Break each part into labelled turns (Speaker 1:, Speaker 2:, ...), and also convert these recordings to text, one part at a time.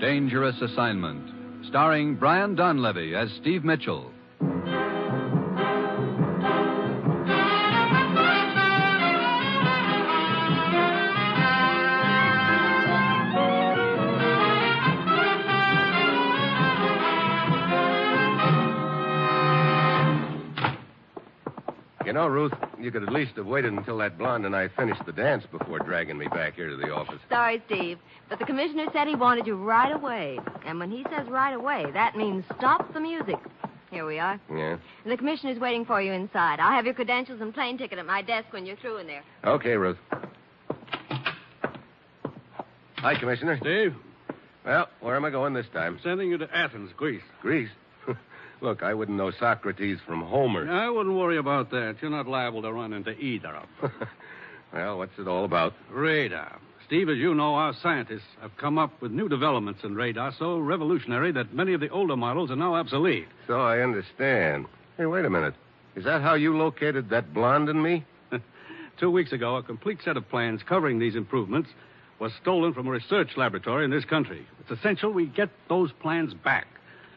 Speaker 1: Dangerous Assignment, starring Brian Donlevy as Steve Mitchell.
Speaker 2: You know, Ruth, you could at least have waited until that blonde and I finished the dance before dragging me back here to the office.
Speaker 3: Sorry, Steve, but the commissioner said he wanted you right away. And when he says right away, that means stop the music. Here we are.
Speaker 2: Yeah.
Speaker 3: And the commissioner's waiting for you inside. I'll have your credentials and plane ticket at my desk when you're through in there.
Speaker 2: Okay, Ruth. Hi, Commissioner.
Speaker 4: Steve,
Speaker 2: Well, where am I going this time?
Speaker 4: sending you to Athens, Greece.
Speaker 2: Greece. Look, I wouldn't know Socrates from Homer.
Speaker 4: I wouldn't worry about that. You're not liable to run into either of them.
Speaker 2: well, what's it all about?
Speaker 4: Radar. Steve, as you know, our scientists have come up with new developments in radar so revolutionary that many of the older models are now obsolete.
Speaker 2: So I understand. Hey, wait a minute. Is that how you located that blonde and me?
Speaker 4: Two weeks ago, a complete set of plans covering these improvements was stolen from a research laboratory in this country. It's essential we get those plans back.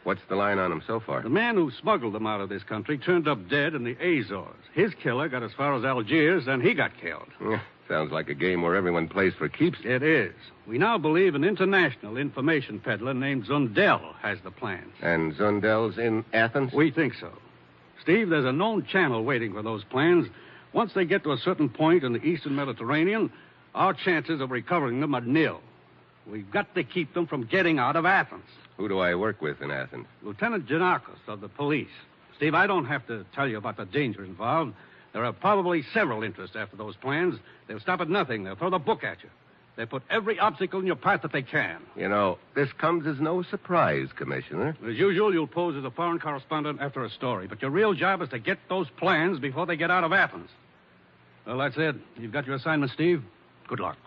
Speaker 2: What's the line on him so far?
Speaker 4: The man who smuggled them out of this country turned up dead in the Azores. His killer got as far as Algiers, and he got killed.
Speaker 2: Yeah, sounds like a game where everyone plays for keeps.
Speaker 4: It is. We now believe an international information peddler named Zundel has the plans.
Speaker 2: And Zundel's in Athens?
Speaker 4: We think so. Steve, there's a known channel waiting for those plans. Once they get to a certain point in the eastern Mediterranean, our chances of recovering them are nil. We've got to keep them from getting out of Athens.
Speaker 2: Who do I work with in Athens?
Speaker 4: Lieutenant Janakis of the police. Steve, I don't have to tell you about the danger involved. There are probably several interests after those plans. They'll stop at nothing. They'll throw the book at you. They put every obstacle in your path that they can.
Speaker 2: You know, this comes as no surprise, Commissioner.
Speaker 4: As usual, you'll pose as a foreign correspondent after a story, but your real job is to get those plans before they get out of Athens. Well, that's it. You've got your assignment, Steve. Good luck.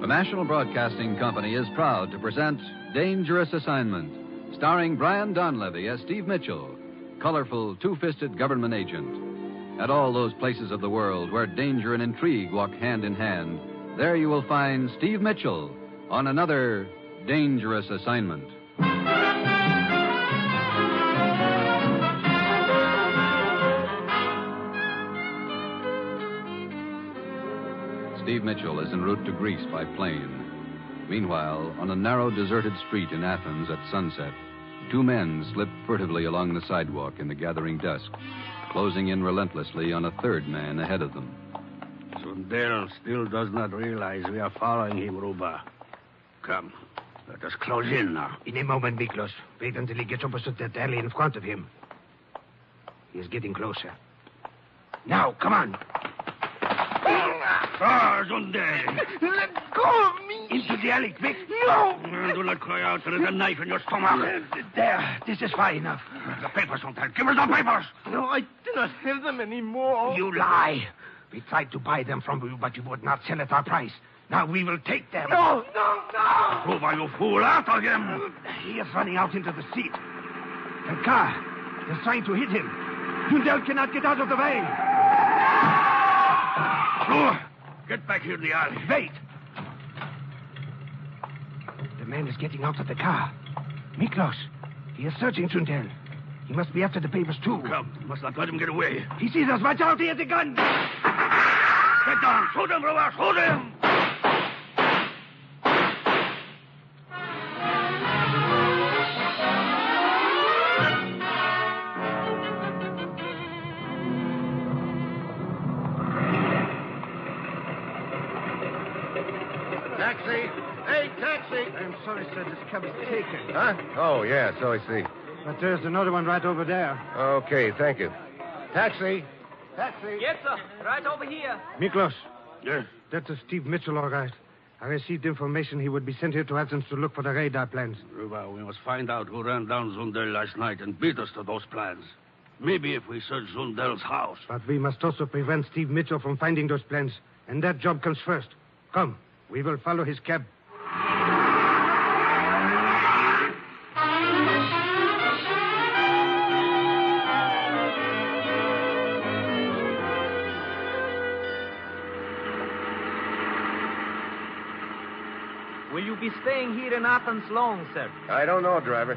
Speaker 1: The National Broadcasting Company is proud to present Dangerous Assignment, starring Brian Donlevy as Steve Mitchell, colorful, two fisted government agent. At all those places of the world where danger and intrigue walk hand in hand, there you will find Steve Mitchell on another Dangerous Assignment. Steve Mitchell is en route to Greece by plane. Meanwhile, on a narrow, deserted street in Athens at sunset, two men slip furtively along the sidewalk in the gathering dusk, closing in relentlessly on a third man ahead of them.
Speaker 4: Sundell still does not realize we are following him, Ruba. Come, let us close in now.
Speaker 5: In a moment, Miklos. Wait until he gets opposite that alley in front of him. He is getting closer. Now, come on.
Speaker 4: Ah, Sundell!
Speaker 5: Let go of me. Into the alley, quick. No.
Speaker 4: Do not cry out. There is a knife in your stomach.
Speaker 5: There. This is far enough.
Speaker 4: The papers, Sundell. Give us the papers.
Speaker 5: No, I do not have them anymore. You lie. We tried to buy them from you, but you would not sell at our price. Now we will take them. No, no, no.
Speaker 4: Ruba, you fool. After him.
Speaker 5: He is running out into the street. The car is trying to hit him. Sundell cannot get out of the way.
Speaker 4: Ruba, get back here in the alley.
Speaker 5: Wait. The man is getting out of the car. Miklos, he is searching Sundell. He must be after the papers, too.
Speaker 4: Come, must not let him get away.
Speaker 5: He sees us. Watch out, he has a gun.
Speaker 4: Get down. Shoot him, Ruba. Shoot him.
Speaker 2: Taxi! Hey, taxi!
Speaker 6: I'm sorry, sir. This cab is taken.
Speaker 2: Huh? Oh, yeah, so I see.
Speaker 6: But there's another one right over there.
Speaker 2: Okay, thank you. Taxi! Taxi!
Speaker 7: Yes, sir. Right over here.
Speaker 6: Miklos,
Speaker 4: Yes.
Speaker 6: that's a Steve Mitchell, all right. I received information he would be sent here to Athens to look for the radar plans.
Speaker 4: Ruba, we must find out who ran down Zundel last night and beat us to those plans. Maybe if we search Zundel's house.
Speaker 6: But we must also prevent Steve Mitchell from finding those plans, and that job comes first. Come, We will follow his cab.
Speaker 8: Will you be staying here in Athens long, sir?
Speaker 2: I don't know, driver.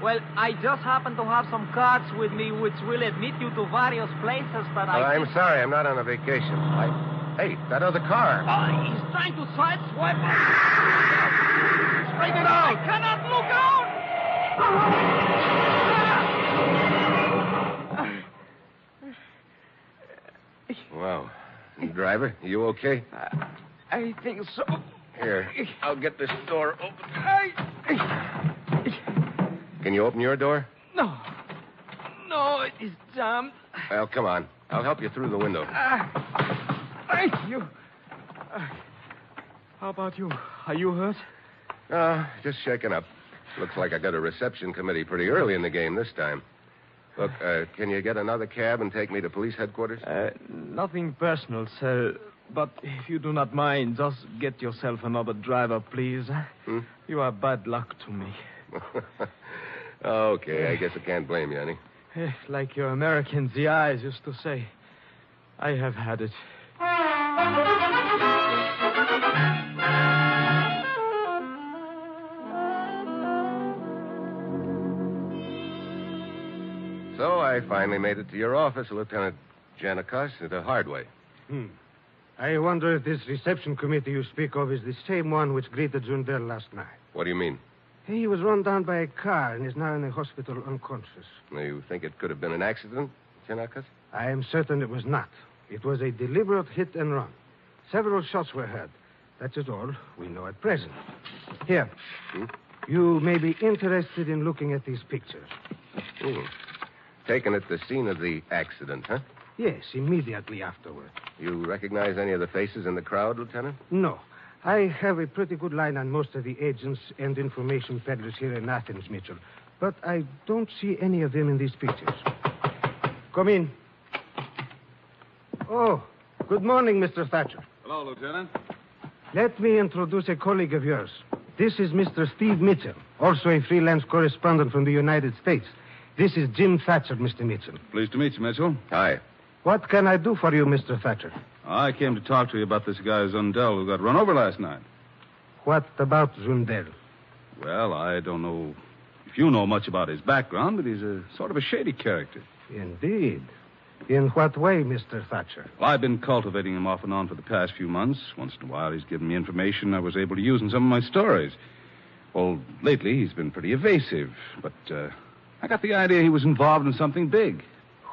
Speaker 8: Well, I just happen to have some cards with me which will admit you to various places that I.
Speaker 2: I'm
Speaker 8: think-
Speaker 2: sorry, I'm not on a vacation. I... Hey, that other car.
Speaker 8: Ah, he's trying to sideswipe us. Straight it out! I cannot look out!
Speaker 2: Wow. Driver, you okay?
Speaker 9: I think so.
Speaker 2: Here, I'll get this door open. Can you open your door?
Speaker 9: No. No, it is jammed.
Speaker 2: Well, come on. I'll help you through the window.
Speaker 9: Ah, thank you. Ah, how about you? Are you hurt?
Speaker 2: Uh, just shaking up. Looks like I got a reception committee pretty early in the game this time. Look, uh, can you get another cab and take me to police headquarters?
Speaker 10: Uh, nothing personal, sir. But if you do not mind, just get yourself another driver, please.
Speaker 2: Hmm?
Speaker 10: You are bad luck to me.
Speaker 2: okay, I guess I can't blame you, honey.
Speaker 10: Eh, Like your American ZIs used to say, I have had it.
Speaker 2: So I finally made it to your office, Lieutenant Janikos, the hard way.
Speaker 6: I wonder if this reception committee you speak of is the same one which greeted Zundel last night.
Speaker 2: What do you mean?
Speaker 6: He was run down by a car and is now in the hospital unconscious.
Speaker 2: You think it could have been an accident, Janikos?
Speaker 6: I am certain it was not. It was a deliberate hit and run. Several shots were heard. That is all we know at present. Here.
Speaker 2: Hmm?
Speaker 6: You may be interested in looking at these pictures.
Speaker 2: Hmm. Taken at the scene of the accident, huh?
Speaker 6: Yes, immediately afterward.
Speaker 2: You recognize any of the faces in the crowd, Lieutenant?
Speaker 6: No. I have a pretty good line on most of the agents and information peddlers here in Athens, Mitchell. But I don't see any of them in these pictures. Come in. Oh, good morning, Mr. Thatcher.
Speaker 4: Hello, Lieutenant.
Speaker 6: Let me introduce a colleague of yours. This is Mr. Steve Mitchell, also a freelance correspondent from the United States. This is Jim Thatcher, Mr. Mitchell.
Speaker 1: Pleased to meet you, Mitchell.
Speaker 2: Hi.
Speaker 6: What can I do for you, Mr. Thatcher?
Speaker 1: I came to talk to you about this guy Zundel who got run over last night.
Speaker 6: What about Zundel?
Speaker 1: Well, I don't know if you know much about his background, but he's a sort of a shady character.
Speaker 6: Indeed. In what way, Mr. Thatcher?
Speaker 1: Well, I've been cultivating him off and on for the past few months. Once in a while, he's given me information I was able to use in some of my stories. Well, lately, he's been pretty evasive, but uh, I got the idea he was involved in something big.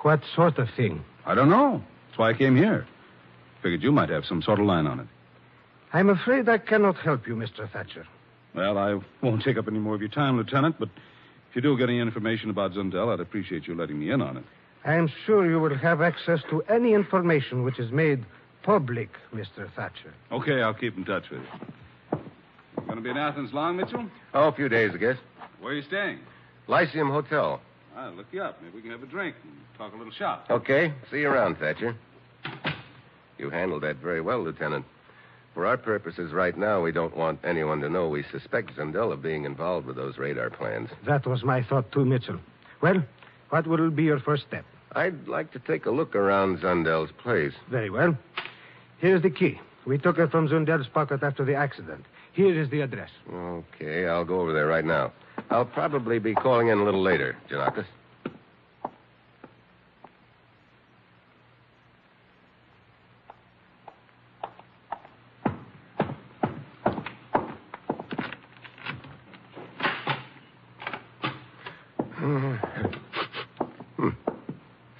Speaker 6: What sort of thing?
Speaker 1: I don't know. That's why I came here. Figured you might have some sort of line on it.
Speaker 6: I'm afraid I cannot help you, Mr. Thatcher.
Speaker 1: Well, I won't take up any more of your time, Lieutenant, but if you do get any information about Zundel, I'd appreciate you letting me in on it.
Speaker 6: I'm sure you will have access to any information which is made public, Mr. Thatcher.
Speaker 1: Okay, I'll keep in touch with you. You going to be in Athens long, Mitchell?
Speaker 2: Oh, a few days, I guess.
Speaker 1: Where are you staying?
Speaker 2: Lyceum Hotel.
Speaker 1: I'll look you up. Maybe we can have a drink and talk a little shop.
Speaker 2: Okay. See you around, Thatcher. You handled that very well, Lieutenant. For our purposes right now, we don't want anyone to know we suspect Zundel of being involved with those radar plans.
Speaker 6: That was my thought, too, Mitchell. Well, what will be your first step?
Speaker 2: I'd like to take a look around Zundel's place.
Speaker 6: Very well. Here's the key. We took it from Zundel's pocket after the accident. Here is the address.
Speaker 2: Okay, I'll go over there right now. I'll probably be calling in a little later, Janakis. Hmm.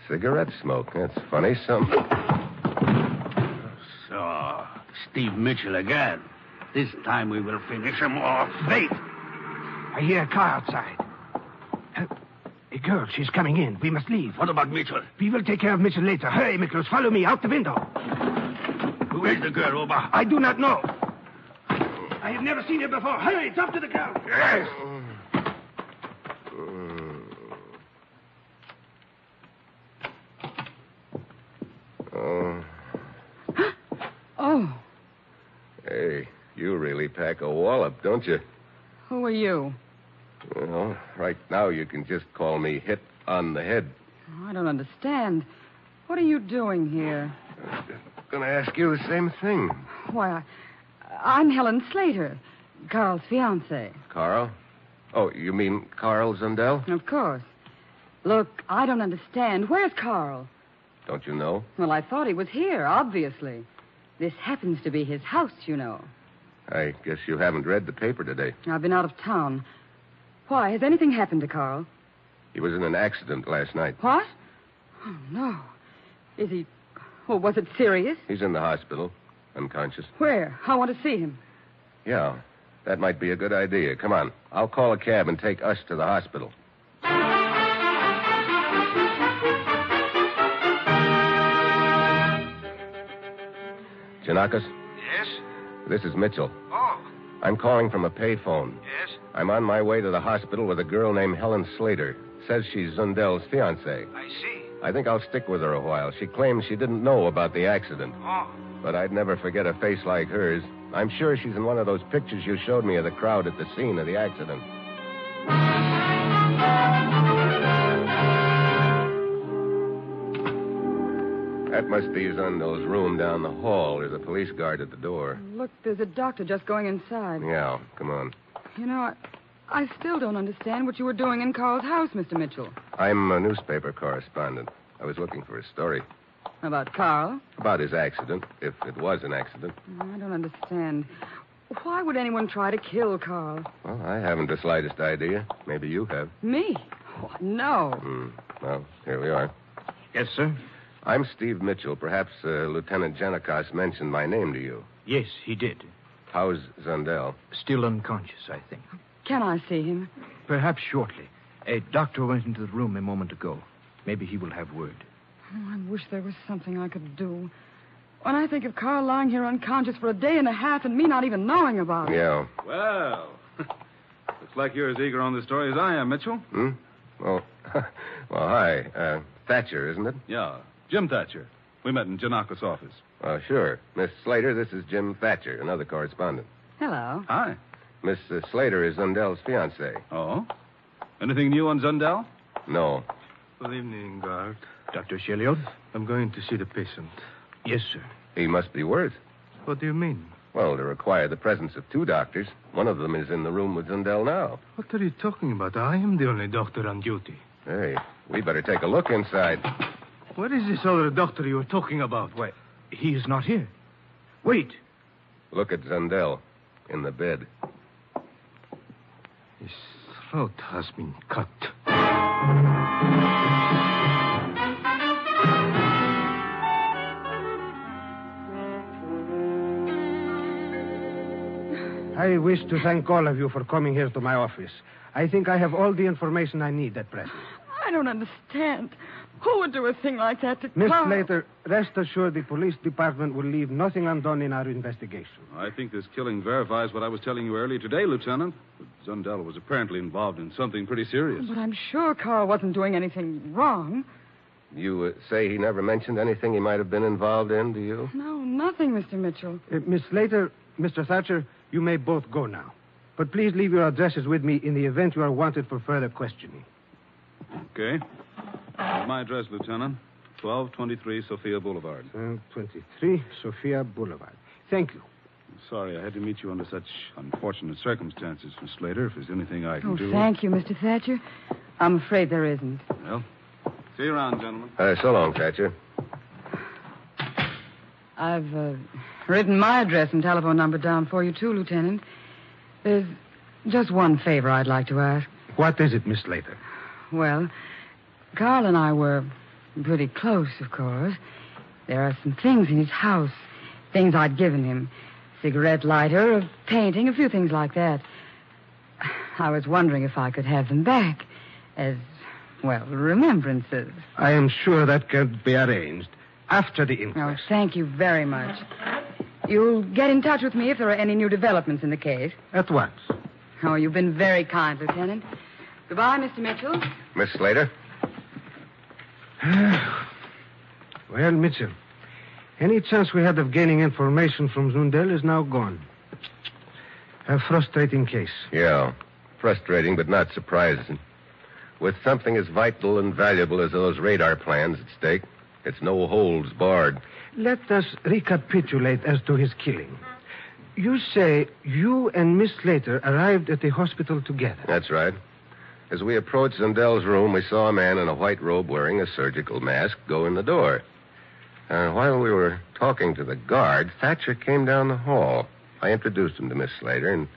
Speaker 2: Cigarette smoke. That's funny. Some.
Speaker 9: So, Steve Mitchell again. This time we will finish him off. Wait! I hear a car outside. Uh, A girl, she's coming in. We must leave. What about Mitchell? We will take care of Mitchell later. Hurry, Mitchell, follow me out the window. Who is the girl, Oba? I do not know. I have never seen her before. Hurry, jump to the ground. Yes.
Speaker 2: Oh.
Speaker 11: Oh,
Speaker 2: Oh. Hey, you pack a wallop, don't you?
Speaker 12: Who are you?
Speaker 2: Well, right now you can just call me Hit on the Head.
Speaker 12: Oh, I don't understand. What are you doing here?
Speaker 2: Gonna ask you the same thing.
Speaker 12: Why, I, I'm Helen Slater, Carl's fiancée.
Speaker 2: Carl? Oh, you mean Carl Zundel?
Speaker 12: Of course. Look, I don't understand. Where's Carl?
Speaker 2: Don't you know?
Speaker 12: Well, I thought he was here, obviously. This happens to be his house, you know.
Speaker 2: I guess you haven't read the paper today.
Speaker 12: I've been out of town. Why, has anything happened to Carl?
Speaker 2: He was in an accident last night.
Speaker 12: What? Oh, no. Is he. Well, was it serious?
Speaker 2: He's in the hospital, unconscious.
Speaker 12: Where? I want to see him.
Speaker 2: Yeah, that might be a good idea. Come on. I'll call a cab and take us to the hospital. Janakis?
Speaker 13: Yes?
Speaker 2: This is Mitchell.
Speaker 13: Oh,
Speaker 2: I'm calling from a payphone.
Speaker 13: yes.
Speaker 2: I'm on my way to the hospital with a girl named Helen Slater. Says she's Zundel's fiancée.
Speaker 13: I see.
Speaker 2: I think I'll stick with her a while. She claims she didn't know about the accident,
Speaker 13: Oh,
Speaker 2: but I'd never forget a face like hers. I'm sure she's in one of those pictures you showed me of the crowd at the scene of the accident. That must be Zundel's room down the hall. There's a police guard at the door.
Speaker 12: Look, there's a doctor just going inside.
Speaker 2: Yeah, come on.
Speaker 12: You know, I, I still don't understand what you were doing in Carl's house, Mr. Mitchell.
Speaker 2: I'm a newspaper correspondent. I was looking for a story
Speaker 12: About Carl?
Speaker 2: about his accident, if it was an accident.
Speaker 12: I don't understand. Why would anyone try to kill Carl?
Speaker 2: Well, I haven't the slightest idea. Maybe you have.
Speaker 12: Me? Oh, no.
Speaker 2: Hmm. Well, here we are.
Speaker 14: Yes, sir?
Speaker 2: I'm Steve Mitchell. Perhaps uh, Lieutenant Janikos mentioned my name to you.
Speaker 14: Yes, he did.
Speaker 2: How's Zundel?
Speaker 14: Still unconscious, I think.
Speaker 12: Can I see him?
Speaker 14: Perhaps shortly. A doctor went into the room a moment ago. Maybe he will have word.
Speaker 12: Oh, I wish there was something I could do. When I think of Carl lying here unconscious for a day and a half and me not even knowing about it.
Speaker 2: Yeah.
Speaker 15: Well, looks like you're as eager on the story as I am, Mitchell.
Speaker 2: Hmm? Oh, well, hi. Uh, Thatcher, isn't it?
Speaker 15: Yeah, Jim Thatcher. We met in Janakis' office.
Speaker 2: Uh, sure. Miss Slater, this is Jim Thatcher, another correspondent.
Speaker 12: Hello.
Speaker 15: Hi.
Speaker 2: Miss uh, Slater is Zundel's fiancée.
Speaker 15: Oh? Anything new on Zundel?
Speaker 2: No.
Speaker 16: Good evening, guard.
Speaker 14: Dr. Sheliot?
Speaker 16: I'm going to see the patient.
Speaker 14: Yes, sir.
Speaker 2: He must be worse.
Speaker 16: What do you mean?
Speaker 2: Well, to require the presence of two doctors. One of them is in the room with Zundel now.
Speaker 16: What are you talking about? I am the only doctor on duty.
Speaker 2: Hey, we better take a look inside.
Speaker 16: Where is this other doctor you were talking about? Wait.
Speaker 14: He is not here. Wait.
Speaker 2: Look at Zundel in the bed.
Speaker 16: His throat has been cut.
Speaker 6: I wish to thank all of you for coming here to my office. I think I have all the information I need at present.
Speaker 12: I don't understand. Who would do a thing like that to
Speaker 6: Miss
Speaker 12: Carl?
Speaker 6: Slater, rest assured the police department will leave nothing undone in our investigation.
Speaker 15: I think this killing verifies what I was telling you earlier today, Lieutenant. But Zundel was apparently involved in something pretty serious.
Speaker 12: But I'm sure Carl wasn't doing anything wrong.
Speaker 2: You uh, say he never mentioned anything he might have been involved in, do you?
Speaker 12: No, nothing, Mr. Mitchell.
Speaker 6: Uh, Miss Slater, Mr. Thatcher, you may both go now. But please leave your addresses with me in the event you are wanted for further questioning.
Speaker 15: Okay. Here's my address, Lieutenant. 1223 Sophia Boulevard.
Speaker 6: Uh, 23 Sophia Boulevard. Thank you.
Speaker 15: I'm sorry I had to meet you under such unfortunate circumstances, Miss Slater. If there's anything I can
Speaker 12: Oh,
Speaker 15: do.
Speaker 12: thank you, Mr. Thatcher. I'm afraid there isn't.
Speaker 15: Well, see you around, gentlemen.
Speaker 2: Uh, so long, Thatcher.
Speaker 12: I've uh, written my address and telephone number down for you, too, Lieutenant. There's just one favor I'd like to ask.
Speaker 6: What is it, Miss Slater?
Speaker 12: Well, Carl and I were pretty close, of course. There are some things in his house, things I'd given him cigarette lighter, a painting, a few things like that. I was wondering if I could have them back as, well, remembrances.
Speaker 6: I am sure that can be arranged after the
Speaker 12: Oh,
Speaker 6: inquest.
Speaker 12: thank you very much. You'll get in touch with me if there are any new developments in the case.
Speaker 6: At once.
Speaker 12: Oh, you've been very kind, Lieutenant. Goodbye, Mr. Mitchell.
Speaker 2: Miss Slater?
Speaker 6: well, Mitchell, any chance we had of gaining information from Zundel is now gone. A frustrating case.
Speaker 2: Yeah. Frustrating, but not surprising. With something as vital and valuable as those radar plans at stake, it's no holds barred.
Speaker 6: Let us recapitulate as to his killing. You say you and Miss Slater arrived at the hospital together.
Speaker 2: That's right. As we approached Zundel's room, we saw a man in a white robe wearing a surgical mask go in the door. Uh, while we were talking to the guard, Thatcher came down the hall. I introduced him to Miss Slater, and,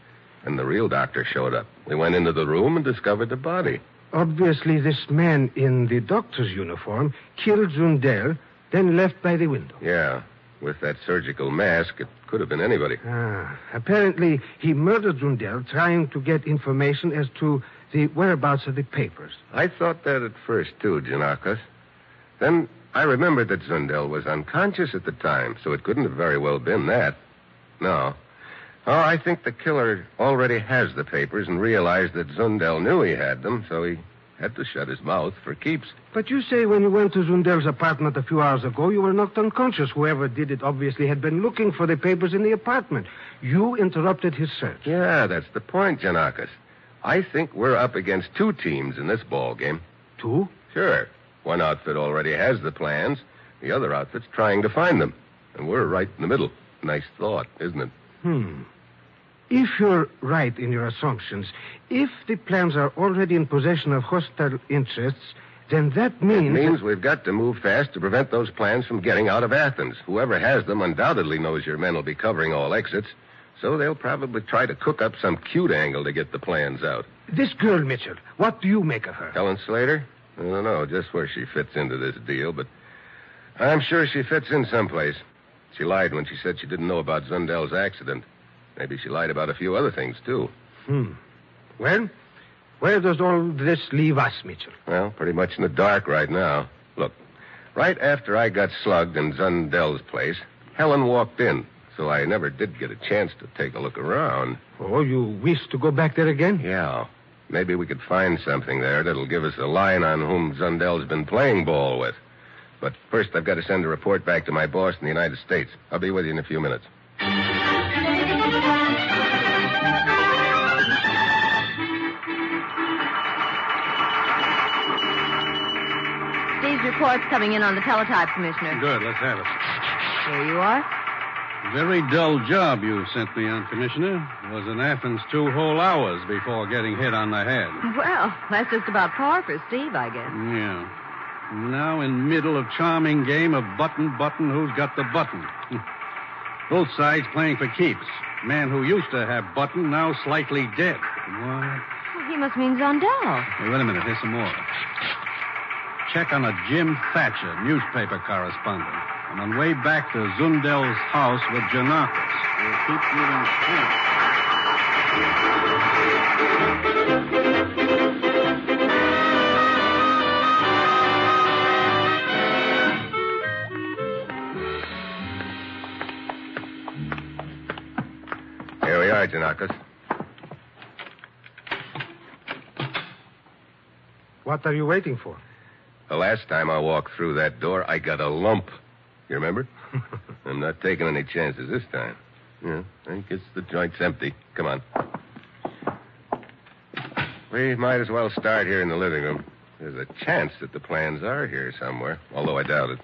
Speaker 2: and the real doctor showed up. We went into the room and discovered the body.
Speaker 6: Obviously, this man in the doctor's uniform killed Zundel, then left by the window.
Speaker 2: Yeah, with that surgical mask, it could have been anybody.
Speaker 6: Ah, apparently, he murdered Zundel trying to get information as to the whereabouts of the papers.
Speaker 2: I thought that at first, too, Janakis. Then I remembered that Zundel was unconscious at the time, so it couldn't have very well been that. No. Oh, I think the killer already has the papers and realized that Zundel knew he had them, so he had to shut his mouth for keeps.
Speaker 6: But you say when you went to Zundel's apartment a few hours ago, you were knocked unconscious. Whoever did it obviously had been looking for the papers in the apartment. You interrupted his search.
Speaker 2: Yeah, that's the point, Janakis. I think we're up against two teams in this ball game.
Speaker 6: Two?
Speaker 2: Sure. One outfit already has the plans. The other outfit's trying to find them. And we're right in the middle. Nice thought, isn't it?
Speaker 6: Hmm. If you're right in your assumptions, if the plans are already in possession of hostile interests, then that means.
Speaker 2: It means we've got to move fast to prevent those plans from getting out of Athens. Whoever has them undoubtedly knows your men will be covering all exits, so they'll probably try to cook up some cute angle to get the plans out.
Speaker 6: This girl, Mitchell, what do you make of her?
Speaker 2: Helen Slater? I don't know just where she fits into this deal, but I'm sure she fits in someplace. She lied when she said she didn't know about Zundel's accident. Maybe she lied about a few other things, too.
Speaker 6: Hmm. Well, where does all this leave us, Mitchell?
Speaker 2: Well, pretty much in the dark right now. Look, right after I got slugged in Zundel's place, Helen walked in, so I never did get a chance to take a look around.
Speaker 6: Oh, you wish to go back there again?
Speaker 2: Yeah. Maybe we could find something there that'll give us a line on whom Zundel's been playing ball with. But first, I've got to send a report back to my boss in the United States. I'll be with you in a few minutes.
Speaker 3: Steve's report's coming in on the teletype, Commissioner.
Speaker 4: Good, let's have it.
Speaker 3: There you are.
Speaker 4: Very dull job you sent me on, Commissioner. Was in Athens two whole hours before getting hit on the head.
Speaker 3: Well, that's just about par for Steve, I guess.
Speaker 4: Yeah. Now in middle of charming game of button button who's got the button. Both sides playing for keeps. Man who used to have button now slightly dead. Why?
Speaker 3: Well, he must mean Zondel.
Speaker 4: Hey, wait a minute. Here's some more. Check on a Jim Thatcher, newspaper correspondent. I'm on way back to Zundel's house with Janakis. We'll keep you informed.
Speaker 2: Here we are, Janakis.
Speaker 6: What are you waiting for?
Speaker 2: The last time I walked through that door, I got a lump. You remember? I'm not taking any chances this time. Yeah, I guess the joint's empty. Come on. We might as well start here in the living room. There's a chance that the plans are here somewhere, although I doubt it.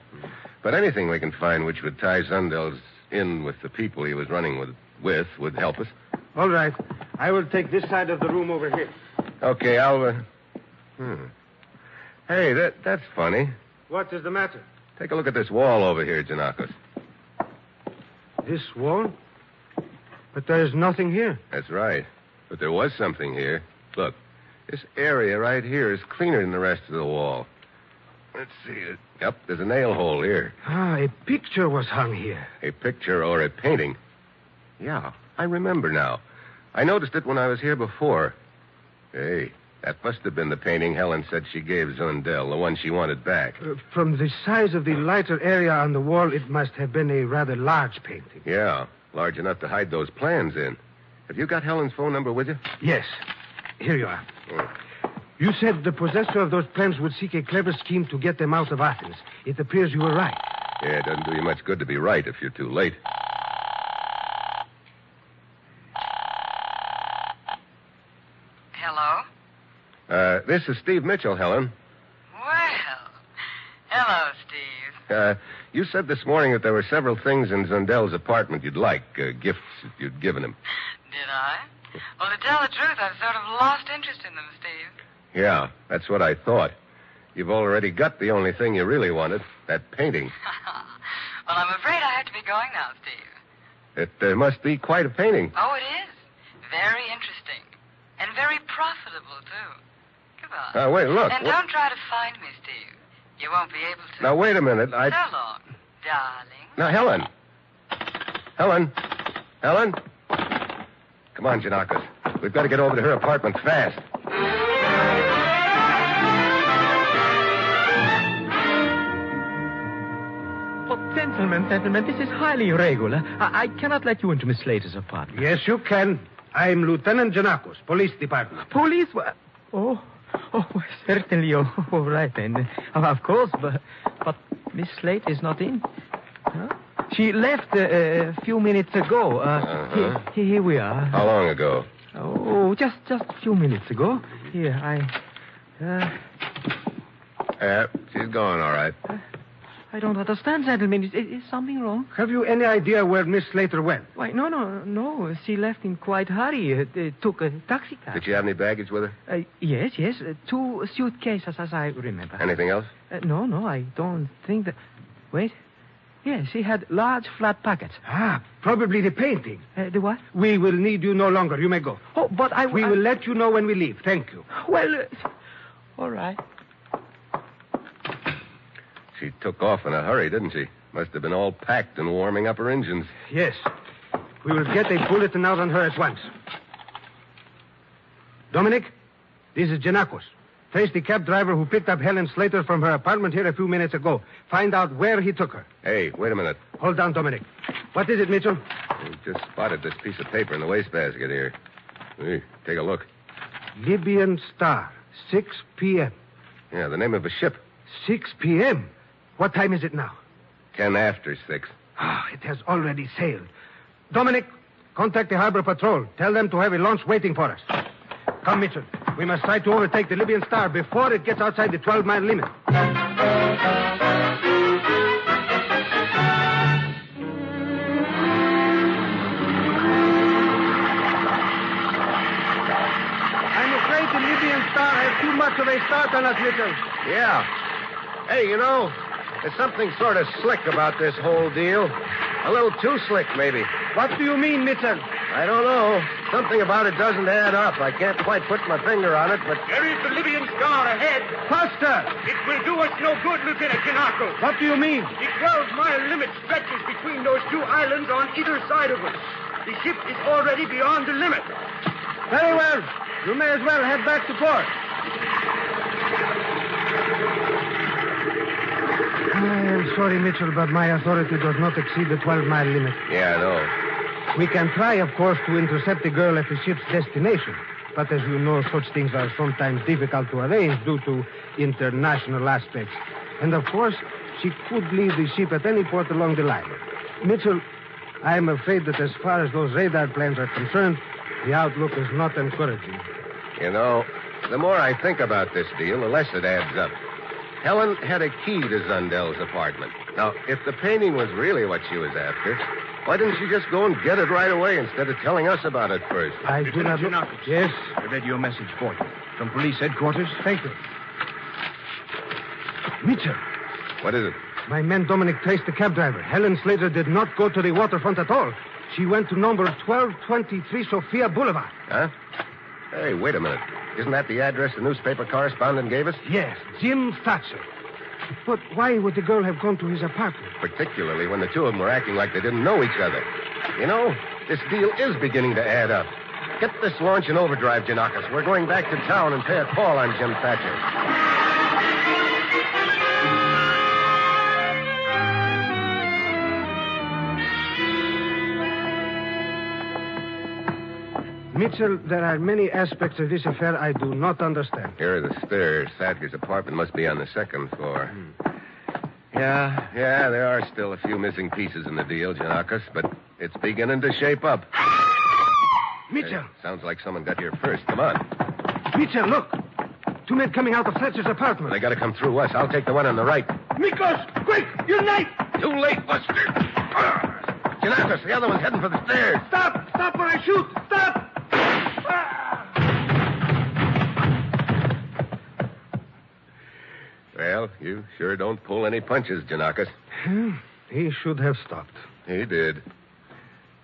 Speaker 2: But anything we can find which would tie Zundel's in with the people he was running with, with would help us.
Speaker 6: All right. I will take this side of the room over here.
Speaker 2: Okay, I'll. Uh... Hmm. Hey, that that's funny.
Speaker 6: What is the matter?
Speaker 2: Take a look at this wall over here, Janakos.
Speaker 6: This wall? But there is nothing here.
Speaker 2: That's right. But there was something here. Look, this area right here is cleaner than the rest of the wall. Let's see. uh, Yep, there's a nail hole here.
Speaker 6: Ah, a picture was hung here.
Speaker 2: A picture or a painting. Yeah, I remember now. I noticed it when I was here before. Hey, that must have been the painting Helen said she gave Zundel, the one she wanted back.
Speaker 6: Uh, from the size of the lighter area on the wall, it must have been a rather large painting.
Speaker 2: Yeah, large enough to hide those plans in. Have you got Helen's phone number with you?
Speaker 6: Yes. Here you are. You said the possessor of those plans would seek a clever scheme to get them out of Athens. It appears you were right.
Speaker 2: Yeah, it doesn't do you much good to be right if you're too late. Uh, This is Steve Mitchell, Helen.
Speaker 13: Well, hello, Steve.
Speaker 2: Uh, you said this morning that there were several things in Zundel's apartment you'd like, uh, gifts that you'd given him.
Speaker 13: Did I? Well, to tell the truth, I've sort of lost interest in them, Steve.
Speaker 2: Yeah, that's what I thought. You've already got the only thing you really wanted that painting.
Speaker 13: well, I'm afraid I have to be going now, Steve.
Speaker 2: It uh, must be quite a painting.
Speaker 13: Oh, it is. Very interesting. And very profitable, too. Goodbye.
Speaker 2: Uh, wait, look,
Speaker 13: And
Speaker 2: what-
Speaker 13: don't try to find me, Steve. You won't be able to.
Speaker 2: Now, wait a minute, I-
Speaker 13: So long, darling.
Speaker 2: Now, Helen. Helen. Helen. Come on, Janakas. We've got to get over to her apartment fast.
Speaker 8: Gentlemen, gentlemen, this is highly irregular. I, I cannot let you into Miss Slater's apartment.
Speaker 6: Yes, you can. I'm Lieutenant Janakos, Police Department.
Speaker 8: Police? were- Oh, oh, well, certainly. Oh, all right then. Oh, of course, but, but Miss Slater is not in. Huh? She left uh, a few minutes ago. Uh,
Speaker 2: Uh-huh.
Speaker 8: here, here we are.
Speaker 2: How long ago?
Speaker 8: Oh, just just a few minutes ago. Here, I. Uh,
Speaker 2: Uh, she's gone, all right.
Speaker 8: I don't understand, gentlemen. Is, is something wrong?
Speaker 6: Have you any idea where Miss Slater went?
Speaker 8: Why, no, no, no. She left in quite hurry. Uh, t- took a taxi cab.
Speaker 2: Did she have any baggage with her?
Speaker 8: Uh, yes, yes. Uh, two suitcases, as I remember.
Speaker 2: Anything else?
Speaker 8: Uh, no, no, I don't think that. Wait. Yes, he had large flat pockets.
Speaker 6: Ah, probably the painting.
Speaker 8: Uh, the what?
Speaker 6: We will need you no longer. You may go.
Speaker 8: Oh, but I.
Speaker 6: We will let you know when we leave. Thank you.
Speaker 8: Well, uh, all right.
Speaker 2: She took off in a hurry, didn't she? Must have been all packed and warming up her engines.
Speaker 6: Yes. We will get a bulletin out on her at once. Dominic, this is Janakos. Trace the cab driver who picked up Helen Slater from her apartment here a few minutes ago. Find out where he took her.
Speaker 2: Hey, wait a minute.
Speaker 6: Hold down, Dominic. What is it, Mitchell?
Speaker 2: We just spotted this piece of paper in the wastebasket here. Hey, take a look.
Speaker 6: Libyan Star, 6 p.m.
Speaker 2: Yeah, the name of a ship.
Speaker 6: 6 p.m.? What time is it now?
Speaker 2: Ten after six.
Speaker 6: Ah, it has already sailed. Dominic, contact the harbor patrol. Tell them to have a launch waiting for us. Come, Mitchell. We must try to overtake the Libyan Star before it gets outside the 12 mile limit. I'm afraid the Libyan Star has too much of a start on us, Mitchell.
Speaker 2: Yeah. Hey, you know, there's something sort of slick about this whole deal. A little too slick, maybe.
Speaker 6: What do you mean, Mitchell?
Speaker 2: I don't know. Something about it doesn't add up. I can't quite put my finger on it, but.
Speaker 7: There is the Libyan Star ahead.
Speaker 6: Faster!
Speaker 7: It will do us no good, Lieutenant Kanako.
Speaker 6: What do you mean?
Speaker 7: The 12 mile limit stretches between those two islands on either side of us. The ship is already beyond the limit.
Speaker 6: Very well. You may as well head back to port. I am sorry, Mitchell, but my authority does not exceed the 12 mile limit.
Speaker 2: Yeah, I know.
Speaker 6: We can try, of course, to intercept the girl at the ship's destination. But as you know, such things are sometimes difficult to arrange due to international aspects. And of course, she could leave the ship at any port along the line. Mitchell, I'm afraid that as far as those radar plans are concerned, the outlook is not encouraging.
Speaker 2: You know, the more I think about this deal, the less it adds up. Helen had a key to Zundel's apartment. Now, if the painting was really what she was after, why didn't she just go and get it right away instead of telling us about it first?
Speaker 6: I do not. Yes?
Speaker 5: I read your message for you. From police headquarters?
Speaker 6: Thank you. Mitchell,
Speaker 2: What is it?
Speaker 6: my man Dominic traced the cab driver. Helen Slater did not go to the waterfront at all. She went to number 1223 Sophia Boulevard.
Speaker 2: Huh? Hey, wait a minute. Isn't that the address the newspaper correspondent gave us?
Speaker 6: Yes, Jim Thatcher. But why would the girl have gone to his apartment?
Speaker 2: Particularly when the two of them were acting like they didn't know each other. You know, this deal is beginning to add up. Get this launch in overdrive, Janakas. We're going back to town and pay a call on Jim Thatcher.
Speaker 6: Mitchell, there are many aspects of this affair I do not understand.
Speaker 2: Here are the stairs. Thatcher's apartment must be on the second floor. Yeah, yeah, there are still a few missing pieces in the deal, Janakas, but it's beginning to shape up.
Speaker 6: Mitchell,
Speaker 2: Sounds like someone got here first. Come on.
Speaker 6: Mitchell, look. Two men coming out of Fletcher's apartment.
Speaker 2: They gotta come through us. I'll take the one on the right.
Speaker 7: Mikos, quick, unite!
Speaker 2: Too late, Buster.
Speaker 6: Ah!
Speaker 2: Janakis, the other one's heading for the stairs.
Speaker 7: Stop, stop or I shoot, stop!
Speaker 6: Ah!
Speaker 2: Well, you sure don't pull any punches, Janakis.
Speaker 6: He should have stopped.
Speaker 2: He did.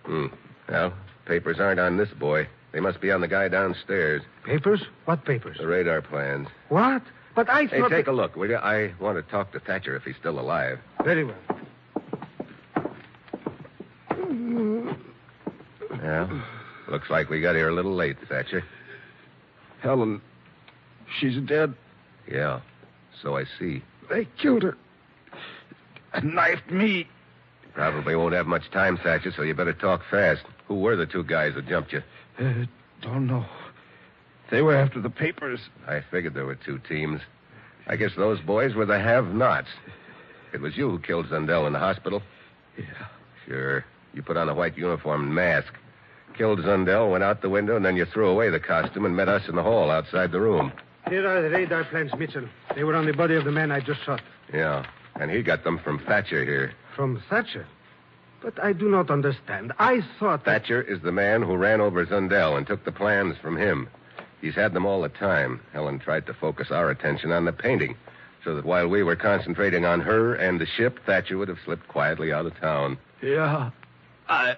Speaker 2: Hmm. Well, papers aren't on this boy. They must be on the guy downstairs.
Speaker 6: Papers? What papers?
Speaker 17: Uh,
Speaker 2: The radar plans.
Speaker 6: What? But I
Speaker 2: Hey,
Speaker 6: thought.
Speaker 2: take a look, will you? I want to talk to Thatcher if he's still alive.
Speaker 6: Very well.
Speaker 2: Well, looks like we got here a little late, Thatcher.
Speaker 17: Helen, she's dead.
Speaker 2: Yeah, so I see.
Speaker 17: They killed her. Knifed me.
Speaker 2: Probably won't have much time, Thatcher, so you better talk fast. Who were the two guys that jumped you?
Speaker 17: Uh, don't know. They were after the papers.
Speaker 2: I figured there were two teams. I guess those boys were the have-nots. It was you who killed Zundell in the hospital.
Speaker 17: Yeah.
Speaker 2: Sure. You put on a white uniform and mask. Killed Zundell, went out the window, and then you threw away the costume and met us in the hall outside the room.
Speaker 6: Here are the radar plans, Mitchell. They were on the body of the man I just shot.
Speaker 2: Yeah. And he got them from Thatcher here.
Speaker 6: From Thatcher. But I do not understand. I thought that.
Speaker 2: Thatcher is the man who ran over Zundell and took the plans from him. He's had them all the time. Helen tried to focus our attention on the painting so that while we were concentrating on her and the ship, Thatcher would have slipped quietly out of town.
Speaker 17: Yeah. I.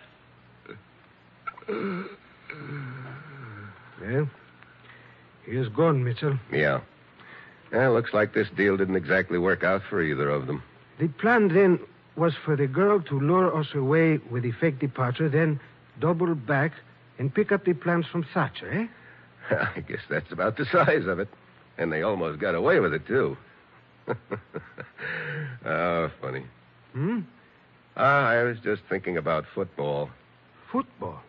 Speaker 6: Well, he is gone, Mitchell.
Speaker 2: Yeah. Yeah, looks like this deal didn't exactly work out for either of them.
Speaker 6: The plan then was for the girl to lure us away with the fake departure, then double back and pick up the plans from Thatcher, eh?
Speaker 2: I guess that's about the size of it. And they almost got away with it, too. oh, funny.
Speaker 6: Hmm?
Speaker 2: Ah, I was just thinking about football.
Speaker 6: Football.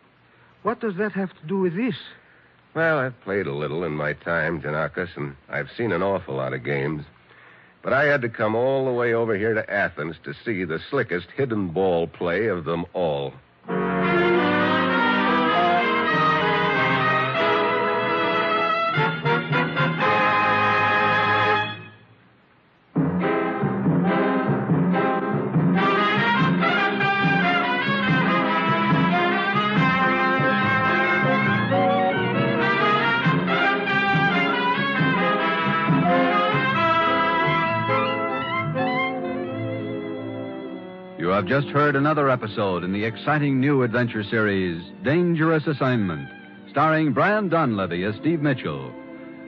Speaker 6: What does that have to do with this?
Speaker 2: Well, I've played a little in my time, Janakis, and I've seen an awful lot of games. But I had to come all the way over here to Athens to see the slickest hidden ball play of them all.
Speaker 1: You have just heard another episode in the exciting new adventure series, Dangerous Assignment, starring Brian Donlevy as Steve Mitchell.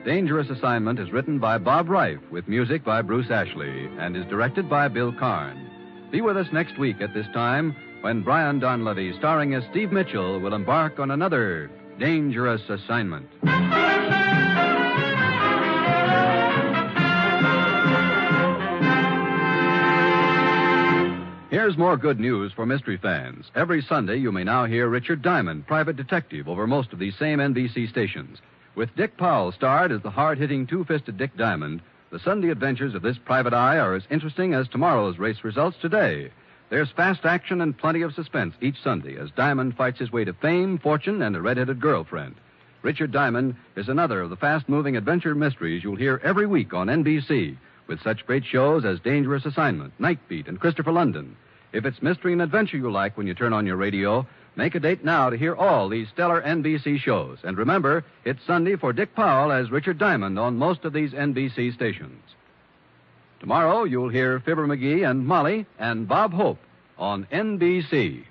Speaker 1: Dangerous Assignment is written by Bob Reif with music by Bruce Ashley and is directed by Bill Carn. Be with us next week at this time when Brian Donlevy, starring as Steve Mitchell, will embark on another Dangerous Assignment. Here's more good news for mystery fans. Every Sunday, you may now hear Richard Diamond, private detective, over most of these same NBC stations. With Dick Powell starred as the hard hitting two fisted Dick Diamond, the Sunday adventures of this private eye are as interesting as tomorrow's race results today. There's fast action and plenty of suspense each Sunday as Diamond fights his way to fame, fortune, and a red headed girlfriend. Richard Diamond is another of the fast moving adventure mysteries you'll hear every week on NBC with such great shows as Dangerous Assignment, Night Beat, and Christopher London. If it's mystery and adventure you like when you turn on your radio, make a date now to hear all these stellar NBC shows. And remember, it's Sunday for Dick Powell as Richard Diamond on most of these NBC stations. Tomorrow, you'll hear Fibber McGee and Molly and Bob Hope on NBC.